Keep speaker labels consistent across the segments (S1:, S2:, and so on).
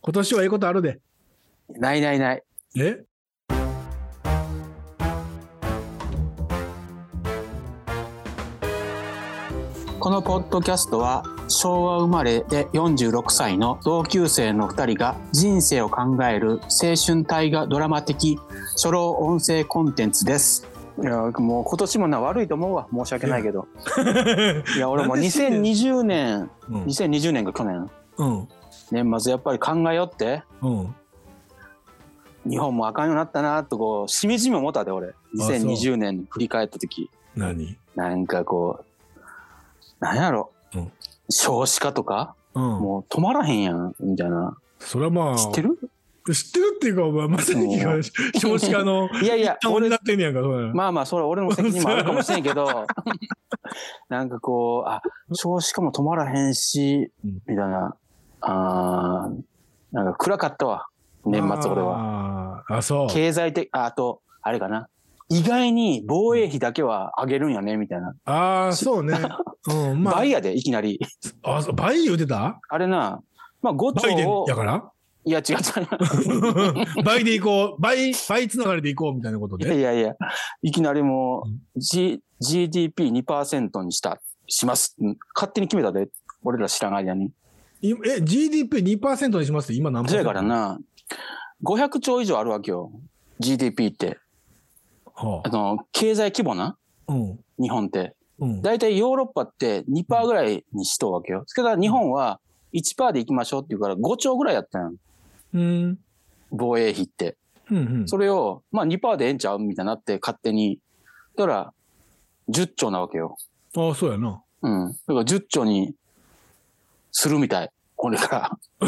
S1: 今年はええことあるで。
S2: ないないない。
S1: え
S2: このポッドキャストは昭和生まれで46歳の同級生の2人が人生を考える青春大河ドラマ的ソロ音声コンテンツです。いやもう今年もな悪いと思うわ申し訳ないけど いや俺もう
S1: なんで死んで
S2: 2020年
S1: うん。
S2: 2020年が去年
S1: うん。
S2: 年末やっぱり考えよって
S1: うん。
S2: 日本もあかんようになったなとこうしみじみ思ったで俺
S1: そう
S2: 2020年振り返った時
S1: 何
S2: なんかこうなんやろ、
S1: うん
S2: 少子化とか
S1: うん。
S2: もう止まらへんやんみたいな
S1: それはまあ、
S2: 知ってる
S1: 知ってるっていうか、お前、まさに
S2: う
S1: 少子化 の、
S2: いやいや
S1: 俺になってんねやんか、それ。
S2: まあまあそれは俺の責任もあるかもしれんけど なんかこうあ少子化も止まらへんし
S1: うん
S2: みたいなあーなんか暗かったわ年末俺は
S1: は。あ、そう。
S2: 経済的ああとあれかな意外に防衛費だけは上げるんやねみたいな、
S1: ああ、そうね。 うん。まあ
S2: 倍、やでいきなり
S1: あそう倍言うてた
S2: あれなまあ5
S1: 倍で
S2: 兆を
S1: やから
S2: いや違う
S1: 倍でいこう。倍、倍つながりでいこうみたいなこと
S2: 違う
S1: で。
S2: いやいやいきなりもう、G、GDP2% にしたしますうん勝手に決めたで俺ら知らない間に
S1: いえ、GDP2% にしますって今何パー
S2: そ
S1: セン
S2: や
S1: ト
S2: から。な、500兆以上あるわけよ。GDP って。
S1: は
S2: あの、経済規模な
S1: あうん。
S2: 日本って。
S1: うん。
S2: だいたいヨーロッパって2%ぐらいにしとうわけよ。それから日本は1%で行きましょうって言うから5兆ぐらいやったん
S1: うん。
S2: 防衛費って。
S1: うん。うん
S2: それを、まあ2%でええんちゃうみたいになって勝手に。だから、10兆なわけよ。
S1: ああ、そうやな。
S2: うん。だから10兆にするみたい。こ れから。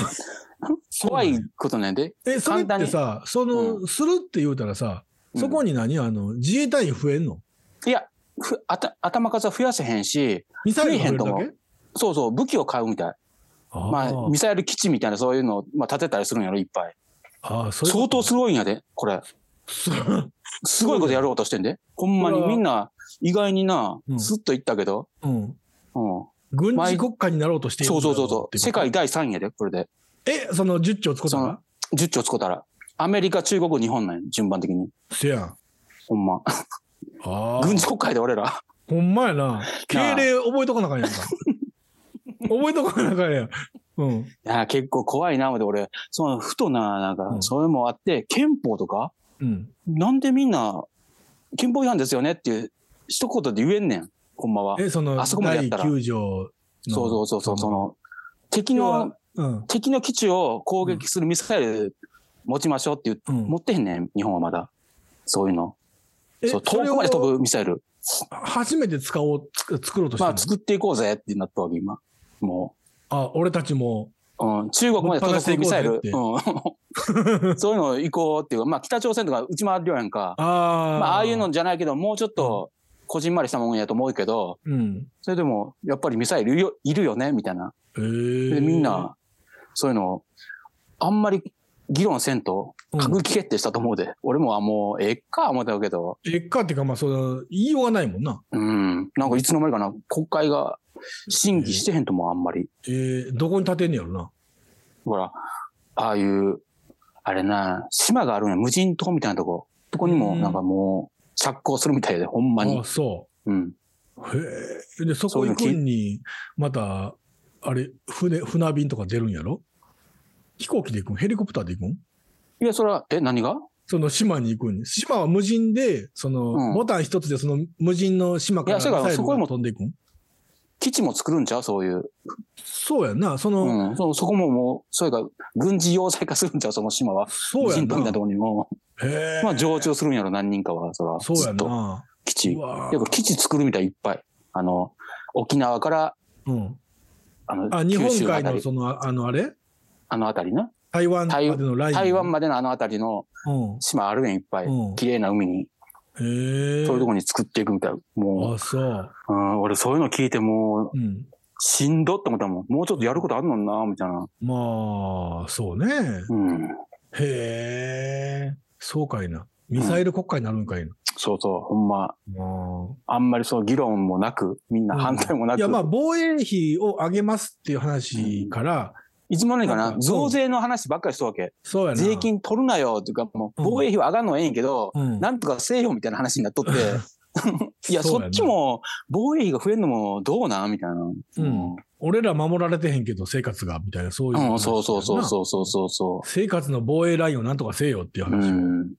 S2: 怖いことなんで。
S1: え、それっ
S2: 簡単
S1: て
S2: に
S1: さ、その、するって言うたらさ、
S2: うん
S1: そこに何あの、自衛隊員増えんの
S2: いや、ふあた頭数は増やせへんし、
S1: ミサイルが増えるだ
S2: 増えへ
S1: け
S2: そうそう、武器を買うみたい。
S1: あ
S2: まあ、ミサイル基地みたいなそういうのを、まあ、建てたりするんやろ、いっぱい。
S1: あ、ああ、それ
S2: 相当すごいんやで、これ。
S1: そ
S2: すごいことやろうとしてんで。ほんまに
S1: うわ
S2: みんな、意外にな
S1: う、ん
S2: スッと行ったけど。
S1: うん。
S2: うん。
S1: 軍事国家になろうとしているん
S2: そ
S1: だ
S2: うそう
S1: ろ
S2: そ
S1: っ
S2: ううそ
S1: て
S2: う。
S1: い
S2: 世界第3位やで、これで。
S1: え、その10兆使った
S2: そ
S1: ら
S2: 10兆使ったら。アメリカ、中国、日本なんや、順番的に。
S1: せやん。あ
S2: ほんま。
S1: あ。
S2: 軍事国家やで、俺ら。
S1: ほんまやな。敬礼覚えとかなあかんや んか。覚えとかなあかんやん。うん。
S2: いや、結構怖いな、思って俺。その、ふとな、なん
S1: う
S2: か、
S1: ん
S2: それもあって、憲法とか、
S1: うん。
S2: なんでみんな、憲法違反ですよねっていう、一言で言えんねん、ほんまは。
S1: え、その、
S2: あそこまでや
S1: 第
S2: ったら
S1: 9条の。
S2: そうそうそうそう、その、敵
S1: 要
S2: の
S1: は、、うん。
S2: 敵の基地を攻撃するミサイル持ちましょうって言って、
S1: うん
S2: 持ってへんねん、日本はまだ。そういうの。
S1: え
S2: そう、遠くまで飛
S1: ぶ。
S2: ぶミサイル。
S1: 初めて使おう、つ作ろうとして
S2: ま
S1: る
S2: あ、作っていこうぜってなったわけ、今。も
S1: あ、俺たちも。
S2: う。うん、中国まで届くミサイ ル。うん、そういうの行こうっていう。まあ、北朝鮮とか打ち回るよやんか。
S1: あ
S2: ま
S1: あ。
S2: あ、ああいう。のじゃないけど、もうちょっと、こじんまりしたもんやと思うけど、
S1: うん。
S2: それでも、やっぱりミサイルいるよいるよね、みたいな。
S1: ええ
S2: でみんな、そういうのを、あんまり議論せんと、
S1: うん
S2: 閣議決定したと思うで。俺もはもう、えっか、思ったけど、
S1: えっかっていうか、まあ、その、言いようがないもんな。
S2: うん、なんかいつの間にかな、国会が審議してへんとも、あんまり。
S1: えー、どこに立てんねやろな。
S2: ほら、ああいう、あれな、島があるんや、無人島みたいなとこ。そこに
S1: う
S2: も、
S1: ん
S2: なんかもう、着工するみたいで、ほんま
S1: あ
S2: に
S1: あ、。そ
S2: うん。
S1: う。へえ。で、そこ行くんに、また、あれ、船、船便とか出るんやろ飛行機で行くんヘリコプターで行くん
S2: いや、それは、え、何が
S1: その島に行くん島は無人で、その、
S2: うん
S1: ボタン一つでその無人の島から
S2: いや
S1: ミ
S2: それから
S1: サイル
S2: そこへ
S1: が
S2: も
S1: 飛んでいくん
S2: 基地も作るんちゃうそういう。
S1: そうやんな。その、
S2: うん。そそこももう、それが軍事要塞化するんちゃうその島は。
S1: そう
S2: 無
S1: やん
S2: 人島みた
S1: な
S2: いなと。こにも。
S1: へえ。
S2: まあ常駐するんやろ、何人かは、そら。
S1: そう
S2: ず
S1: や
S2: っ
S1: ん
S2: と
S1: な。
S2: 基地。いう
S1: わ
S2: やこれ基地作るみたいいっぱい。あの、沖縄から、
S1: うん。
S2: あの、
S1: あ、日
S2: 九
S1: 本
S2: 州のあ
S1: 海
S2: た
S1: の
S2: り、
S1: その、あの、あれ
S2: あのあたりな。
S1: 台湾までのライン。
S2: 台湾までのあのあたりの
S1: うん。
S2: 島あるやん、いっぱい。
S1: うん
S2: 綺麗な海に、
S1: へえ。
S2: そういうとこに作っていくみたい。も
S1: あ、そう。
S2: う、うん、俺そういうの聞いてもう、
S1: うん。
S2: しんどって思ったもん。もうちょっとやることあるのにな、みたいな。
S1: まあ、そうね。
S2: うん。
S1: へえ。そうかいな。ミサイル国家になるんかいな。
S2: そうそう、ほんま、
S1: あ
S2: あんまりそう議論もなく、みんな反対もな
S1: ー
S2: く。
S1: いや、まあ、防衛費を上げますっていう話から、
S2: いつものにか
S1: なん
S2: な
S1: か
S2: 増税の話ばっかりしとるわけ。
S1: そうやな。
S2: 税。金取るなよっていうか、も
S1: う
S2: う
S1: ん
S2: 防衛費は上がんのはええんやけど、
S1: うん。
S2: なんとかせえよみたいな話になっ とって、いや、
S1: そうや
S2: そ
S1: な
S2: っちも防衛費が増えるのもどうなんみたいな。
S1: ん俺ら守られてへんけど、生活が、みたいな、そういう話やな。
S2: うん、そうそうそうそうそうそうそ
S1: 生活の防衛ラインをなんとかせえよっていう
S2: う。う
S1: 話。
S2: ん。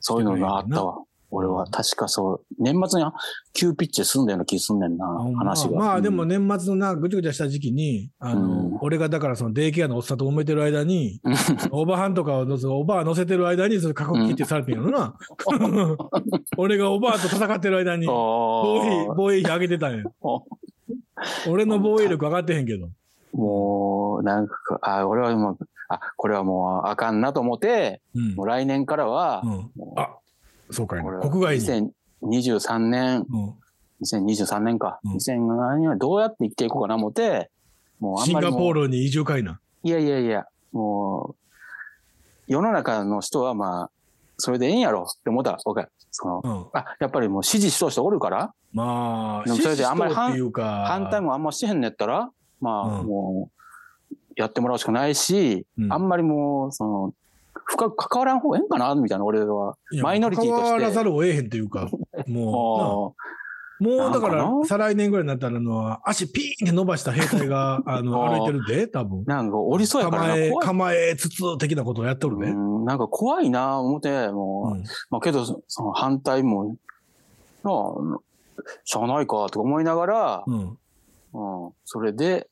S2: そういうのがあったわ。俺は確かそう、年末に急ピッチで済んだような気すんねんな、
S1: あ
S2: 話が。
S1: まあ、まあでも
S2: ね。
S1: 年末のな、ぐちゃぐちゃした時期に、あの、
S2: うん
S1: 俺がだからそのデイケアのおっさんと揉めてる間に、おばはんとかを乗せ、おばあ乗せてる間に、その過去切ってされてんやろ な。俺がおばあと戦ってる間に、防衛費、
S2: おー
S1: 防衛費上げてたんや。俺の防衛力上がってへんけど。
S2: もう、なんか、あ、俺はもう、あ、これはもうあかんなと思って、
S1: うん
S2: もう。来年からは、
S1: うん、
S2: もう
S1: あ、そうかい
S2: これ
S1: な。
S2: は
S1: 国外に。
S2: 2023年、
S1: うん
S2: 2023年か、
S1: うん
S2: 2007年はどうやって生きていこうかな思って、もうあん
S1: シン
S2: まり
S1: ガ
S2: もう
S1: ポールに移住かいな。
S2: いやいやいや、もう、世の中の人はまあ、それでええんやろって思ったわけ。その、
S1: うん、
S2: あ、やっぱりもう支持しとう人おるから、
S1: まあ、
S2: でもそれであんまり
S1: 支持党っていうか、
S2: 反対もあんましてへんねやったら、まあ、
S1: うん
S2: もう、やってもらうしかないし、
S1: うん
S2: あんまりもう、その、深く関わらん方がええんかなみたいな、俺は。
S1: いや
S2: マイノリティとして
S1: 関わらざるを得へんというか、 も
S2: も
S1: う、なもうだか
S2: なん
S1: ら
S2: か、な
S1: 再来年ぐらいになったら、あの、足ピーンって伸ばした兵隊 が、あの、
S2: あー
S1: 歩いてるで、多分
S2: う、。なんか、おりそうやからな、
S1: 構え、
S2: 怖い。
S1: 構えつつ的なことをやっとる
S2: う
S1: ね。
S2: ん、なんか怖いな思って、もう、
S1: うん
S2: まあけど、そその反対も、なあ、しゃあないかと思いながら、
S1: うん。
S2: うん、それで、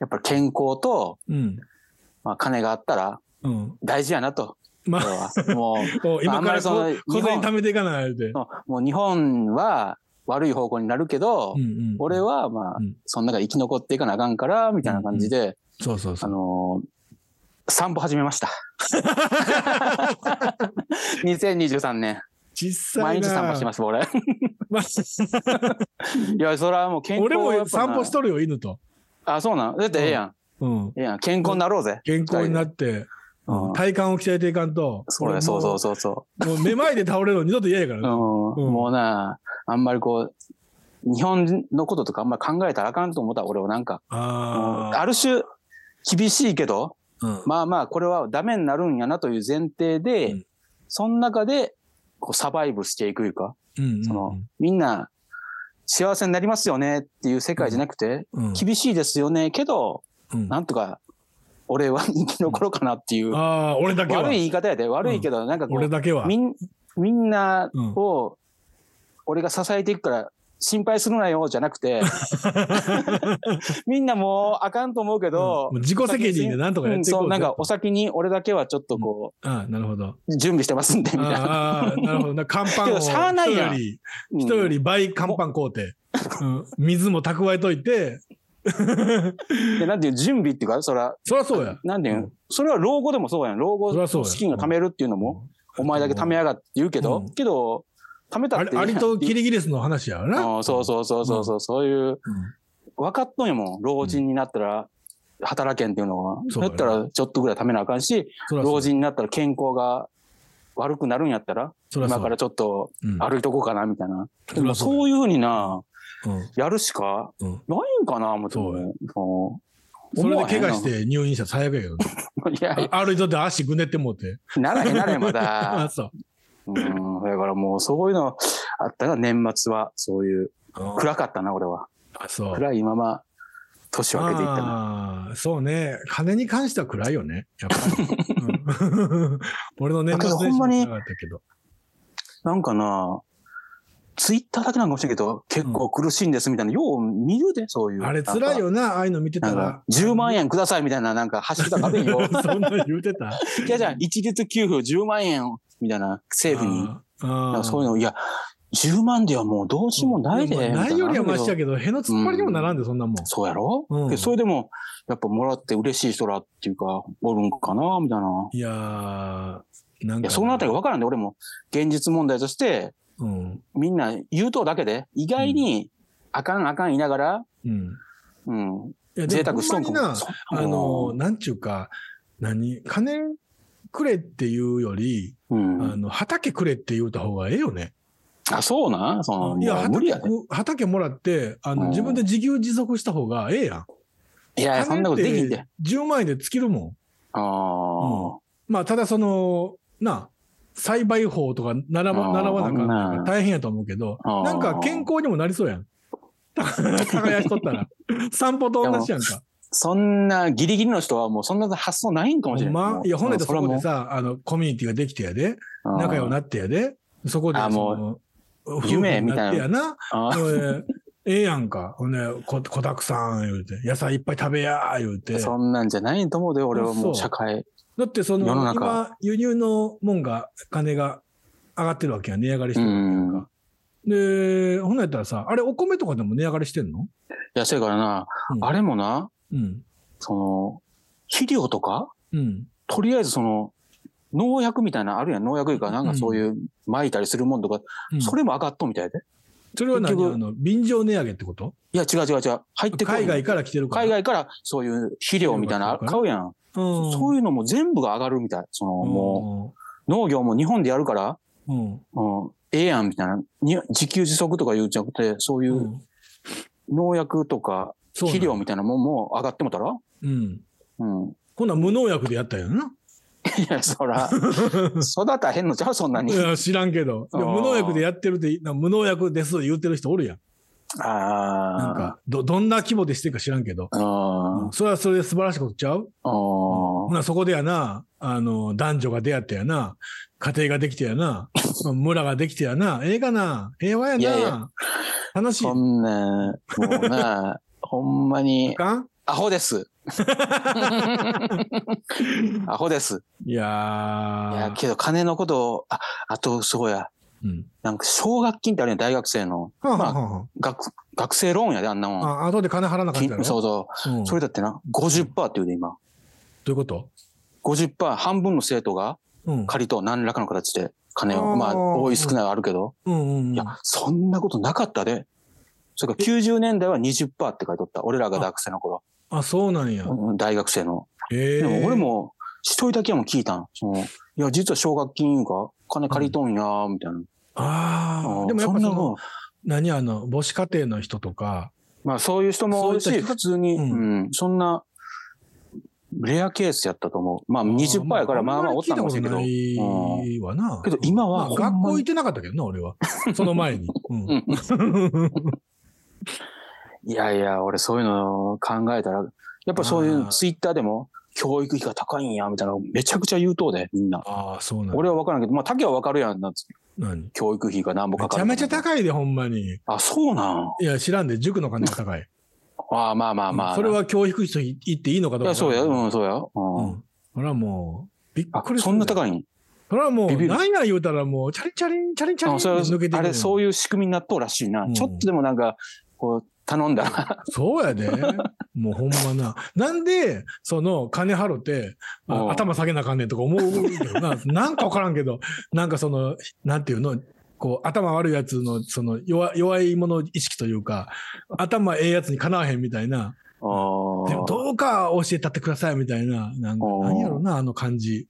S2: やっぱり健康と、
S1: うん。
S2: まあ、金があったら
S1: うん。
S2: 大事やなと、
S1: ま
S2: 俺
S1: あ、
S2: はもう
S1: こう今からこ
S2: まああんまり
S1: う
S2: その
S1: 小銭貯めていかないで。
S2: そう、 もう日本は悪い方向になるけど、
S1: うんうん
S2: 俺、はまあ、
S1: うん
S2: その中生き残っていかなあかんから、みたいな感じで、
S1: そうそうそ
S2: あ
S1: う。
S2: のー散歩始め ました。2023年。
S1: 実際
S2: 毎日散歩してます、俺。い
S1: す。ま
S2: や、それはもう健
S1: あ
S2: 康
S1: 俺
S2: はや
S1: も
S2: っぱな
S1: 散歩しとるよ、犬と。
S2: あ、そうなん。だってええやん。
S1: うん。
S2: ええやん。健康になろうぜ。
S1: 健康になって、
S2: うん
S1: 体幹を鍛えていかんと。
S2: そうや、そうそうそうそう。
S1: もうめまいで倒れるの二度と嫌やから
S2: う
S1: ね。
S2: ん
S1: うん
S2: もうな、あんまりこう、日本のこととかあんまり考えたらあかんと思った、俺はなんか。もう
S1: あ
S2: ある種、厳しいけど、
S1: あ。うん
S2: まあまあ、これはダメになるんやなという前提で、
S1: うん
S2: その中で、こう、サバイブしていくいうか、
S1: うん
S2: その、みんな、幸せになりますよねっていう世界じゃなくて、
S1: うんうん
S2: 厳しいですよね、けど、
S1: うん
S2: なんとか、俺は生き残ろうかなっていう、悪。
S1: ああ、俺だけはい
S2: 言い方やで、悪いけど、なんかこう
S1: 俺、だけは。
S2: みんみんなを、俺が支えていくから心配するなよじゃな くてみんなもうあかんと思うけ
S1: うんも
S2: ど、
S1: う自己責任でなんとかやっ
S2: うん
S1: ていこ
S2: そう
S1: うぜ
S2: なんかお先に俺だけはちょっとこ
S1: ああ、なるほど。
S2: う、準備してますんでみたいな。
S1: あーあー、なるほどな。乾パン
S2: け
S1: を
S2: どしゃあないやん
S1: 人より、
S2: うん
S1: 人より倍乾パン買うて、うん水も蓄えといて、
S2: でなんていう準備っていうかそれは
S1: そりゃそうや。
S2: なんていう
S1: うん
S2: それは老後でもそうやん老後
S1: そりゃそうや
S2: 資金が貯めるっていうのも、お前だけ貯めやがって言うけど、
S1: うん
S2: けど貯めた
S1: あ
S2: って
S1: れ、アリとキリギリスの話やな。
S2: うんそうそうそうそうそう、そういう
S1: うん。
S2: 分かっとんやもん老人になったら働けんっていうのは、
S1: そ
S2: そうう
S1: だ
S2: や
S1: よ
S2: ったらちょっとぐらい貯めなあかんし
S1: そりゃそう
S2: 老人になったら健康が悪くなるんやったら
S1: そりゃそ
S2: 今
S1: う
S2: からちょっと
S1: うん
S2: 歩いとこうかなみたいな、
S1: そ
S2: で
S1: り
S2: も
S1: ゃそうや
S2: そういうふうにな
S1: うん
S2: やるしか
S1: うん
S2: ないんかな思って
S1: そうや
S2: そ
S1: それで怪我して入院したら最悪やけどね。
S2: ういやい
S1: 歩いとって足ぐねってもうて。
S2: やならへんならへん ま
S1: あ、
S2: だ
S1: そう。
S2: うんだからもうそういうのあったら年末はそういう暗かったな俺は
S1: あ、そう。
S2: 暗いまま年を明けていったな
S1: ああー、そうね。金に関しては暗いよね。やっぱり。 うん 俺の年末年始も暗かったけど。
S2: なんかな、ツイッターだけなんかもしれんけど、結構苦しいんですみたいな、よう見るで、そういう。
S1: あれ辛い
S2: よ。
S1: よな、ああいうの見て
S2: な
S1: た
S2: ん
S1: ら
S2: か。、10万
S1: 円。
S2: 円くださいみたいな、なんか、走ってたらべんよ。
S1: そんなん言うてた。
S2: いや、じゃあ、一律給付10万円みたいな、政府に。
S1: あ
S2: なん
S1: あ。
S2: かそういうの、いや、10万ではもうどうしようもないで。
S1: まあ
S2: みた
S1: ないよりはマシや
S2: けど。
S1: けど、への突っ張りにもならんで、そんなもん。
S2: そうやろ、
S1: うん
S2: でそれでも、やっぱもらって嬉しい人らっていうか、おるんかなみたいな。
S1: いやー、なん
S2: い
S1: か。
S2: や、そのあたりがわからんで、俺も、現実問題として、
S1: うん。
S2: みんな言うとうだけで、意外に、あかんあかん言いながら、
S1: うん。
S2: うん、
S1: いや
S2: 贅沢しとん
S1: ほ
S2: か
S1: んま
S2: も
S1: にな
S2: そ、
S1: あの、なんちゅうか、何、金くれっていうより、
S2: うん、
S1: あの、畑くれって言うた方がええよね。
S2: あ、そうなんその、
S1: いや
S2: もう無理
S1: 畑
S2: やで。
S1: 畑もらってあ
S2: う
S1: の
S2: ん
S1: 自分で自給自足した方がええやん。
S2: いやいや、そんなことできん
S1: 金っ
S2: で
S1: て。10万円で尽きるもん。
S2: ああ、
S1: まあ、ただその、なあ、栽培法とか習わ
S2: あー
S1: 習わなかった
S2: うん
S1: ら大変やと思うけど、
S2: あー
S1: なんか健康にもなりそうやん。 耕しとったら。 散歩と同じやんか。
S2: そんなギリギリの人はもうそんな発想ないんかもしれない。
S1: ほんまいや、ほんでそ
S2: れは
S1: こ
S2: も
S1: で
S2: う
S1: さ、あの、コミュニティができてやで、
S2: うん
S1: 仲良くなってやで、そこで
S2: あー
S1: そ
S2: もう
S1: の、夫婦
S2: 夢
S1: になってやな。
S2: あー
S1: ほいでええやんか。ほんで、こ、こたくさん言うて、野菜いっぱい食べやー言うて。
S2: そんなんじゃないと思うで、俺はも
S1: そうう
S2: 社会。
S1: だってその
S2: 世の中
S1: 今輸入のもんが金が上がってるわけやん値上がりしてるわけやんか。でほんなんやったらさあれお米とかでも値上がりしてんの、
S2: いや、せやからな、
S1: うん
S2: あれもな、
S1: うん
S2: その、肥料とか、
S1: うん、
S2: とりあえずその、農薬みたいなのあるやん、農薬いうか、なんかそういう、撒いたりするもんとか、
S1: うん
S2: それも上がっとんみたいで。
S1: それは
S2: 結
S1: 何
S2: 局
S1: あの便乗値上げってこと
S2: いや、違う違う違う。入ってこい
S1: 海外から来てるから
S2: 海外からそういう肥料みたいなの買うやん。
S1: うん、
S2: そう
S1: い
S2: いうのも全部が上がるみたい。その、
S1: う
S2: も
S1: も
S2: う、農業も日本でやるから、
S1: うん
S2: うん、ええやんみたいな。に自給自足とか言うんじゃなくて、そういううん農薬とか
S1: そうなん
S2: 肥料みたいなもんも上がってもたら
S1: うん
S2: うん。
S1: こんなん無農薬でやったんやない
S2: や、そ ら、育たへんのちゃうそんないに。
S1: や知らんけどでも
S2: あー
S1: 無農薬でやってるってな無農薬です言ってる人おるやんなん
S2: あ
S1: かどどんな規模でしてるか知らんけど、
S2: あ。うん。
S1: うんそれはそれで素晴らしいことちゃうほ
S2: あ
S1: なそこでやな、あの、男女が出会ってやな、家庭ができてや な、村ができてやな、ええかな、平和やな、
S2: いやいや
S1: 楽
S2: あ。
S1: しい。
S2: そんな、も うな、ほんま
S1: あ
S2: に、
S1: かん
S2: ア ホです。アホです。
S1: いや
S2: い
S1: ー
S2: や、けど金のことを、あ、あと、そうや。
S1: うん。
S2: なんか、奨学金ってあるやん、大学生の。
S1: はあ、
S2: ま
S1: は
S2: あ
S1: あは
S2: 学、学生ローンやで、あんなもん。
S1: あ、あ後で金払わなかった
S2: 金
S1: やろ
S2: そうそう。
S1: うん
S2: それだってな、50%って言うで、今。
S1: どういうこと
S2: 50%、半分の生徒が
S1: うん。
S2: 借りと何らかの形で金
S1: あ
S2: を、
S1: ー
S2: まあ、多い少ないはあるけど、
S1: うんうんうん。
S2: いや、そんなことなかったで。それから90年代は20%って書いとった。俺らが大学生の頃、
S1: あ、そうなんや。
S2: うん大学生の。
S1: ええ
S2: でも俺。も、一人だけはもう聞いたん。その、いや、実は奨学金が金借りとんやー、みたいな。
S1: ああ、でもやっぱ
S2: ん
S1: その、
S2: なもん
S1: 何あの、母子家庭の人とか、
S2: まあ、そういう人も多い
S1: そうい
S2: し、
S1: った人
S2: 普通に、う
S1: うん
S2: ん、そんな、レアケースやったと思う。まあ、20%やから、まあまあ、おったかもしれんけど。
S1: んまり聞いたことないわな。
S2: けど今
S1: ま
S2: は
S1: あ、
S2: ほんまに、
S1: 学校行ってなかったけどな、俺は。 その前に。うん
S2: うんいやいや、俺そういうの考えたら、やっぱそうい
S1: あ
S2: う
S1: ー
S2: ツイッターでも、教育費が高いんや、みたいな、めちゃくちゃ言うとうで、みんな。
S1: ああ、そうなんだ
S2: 俺は分からんけど、まあ、竹は分かるやん、なんつ
S1: 何
S2: 教育費が何ぼ
S1: め
S2: か
S1: ち
S2: か
S1: ゃ
S2: る。
S1: めちゃ高いで、ほんまに。
S2: あ、そうなん。
S1: いや、知らんで、塾の金が高い。
S2: あーまあまあまあ。
S1: それ。は教育費と言っていいのか
S2: い
S1: どうか。
S2: や、そうや、
S1: うん。
S2: うん、そうや。うん。
S1: それはもう、びっ
S2: あ
S1: く、りする。
S2: そんな高いん
S1: それはもう、
S2: ビビる
S1: なんや言うたら、もう、チャリンチャリン、チャリンチャリン
S2: あ
S1: っ
S2: それ
S1: て抜けていく
S2: あれ、そう
S1: いう。
S2: いう仕組みになっとうらしいな。
S1: うん
S2: ちょっとでもなんか、こう、頼んだら。
S1: そうや で。もうほんまな。なんで、その、金払って、
S2: う
S1: あ
S2: ん
S1: 頭下げなあかんねんとか思うけどな。なんかわからんけど、なんかその、なんていうの、こう、頭悪いやつの、その、弱弱いもの意識というか、頭ええやつにかなわへんみたいな。
S2: あー
S1: でもどうか教えたってくださいみたいな、なんか
S2: おー
S1: なんやろな、あの感じ。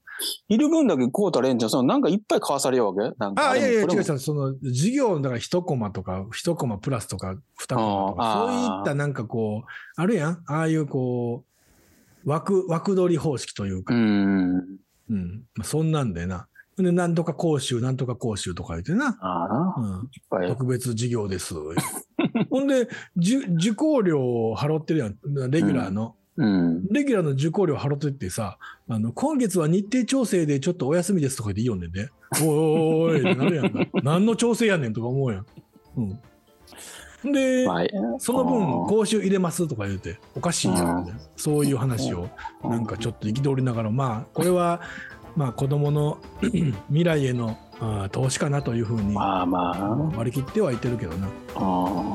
S2: いる分だけこうたれんじゃん。そのなんかいっぱい買わされようわけなんか
S1: あ、いやいや、違う
S2: れも
S1: 違う、その、授業の、だから1コマとか、1コマプラスとか、2コマと
S2: あ
S1: か、
S2: ー
S1: そういったなんかこう、あるやん、ああいうこう、枠、枠取り方式という
S2: う
S1: か、
S2: ん。
S1: うん、まあそんなんでな。で、なんとか講習、なんとか講習とか言ってな、
S2: ああな、
S1: うん、
S2: いっぱい。
S1: 特別授業です。ほんで、じゅ受講料を払ってるやん、レギュラーの。
S2: うん。
S1: レギュラーの受講料払っといてさ、あの、今月は日程調整でちょっとお休みですとか言っていいよねんね。おいおいおいってなるやんか。何の調整やねんとか思うやん。うん。で、
S2: まあ
S1: その
S2: あ
S1: 分、
S2: ー
S1: 講習入れますとか言うて、おかしいやん、ね。そういう話を、なんかちょっと憤りながら、まあ、これは、まあ、子供の 未来へのあー投資かなというふうに
S2: まあま
S1: 割り切ってはいてるけどな。
S2: あ、うん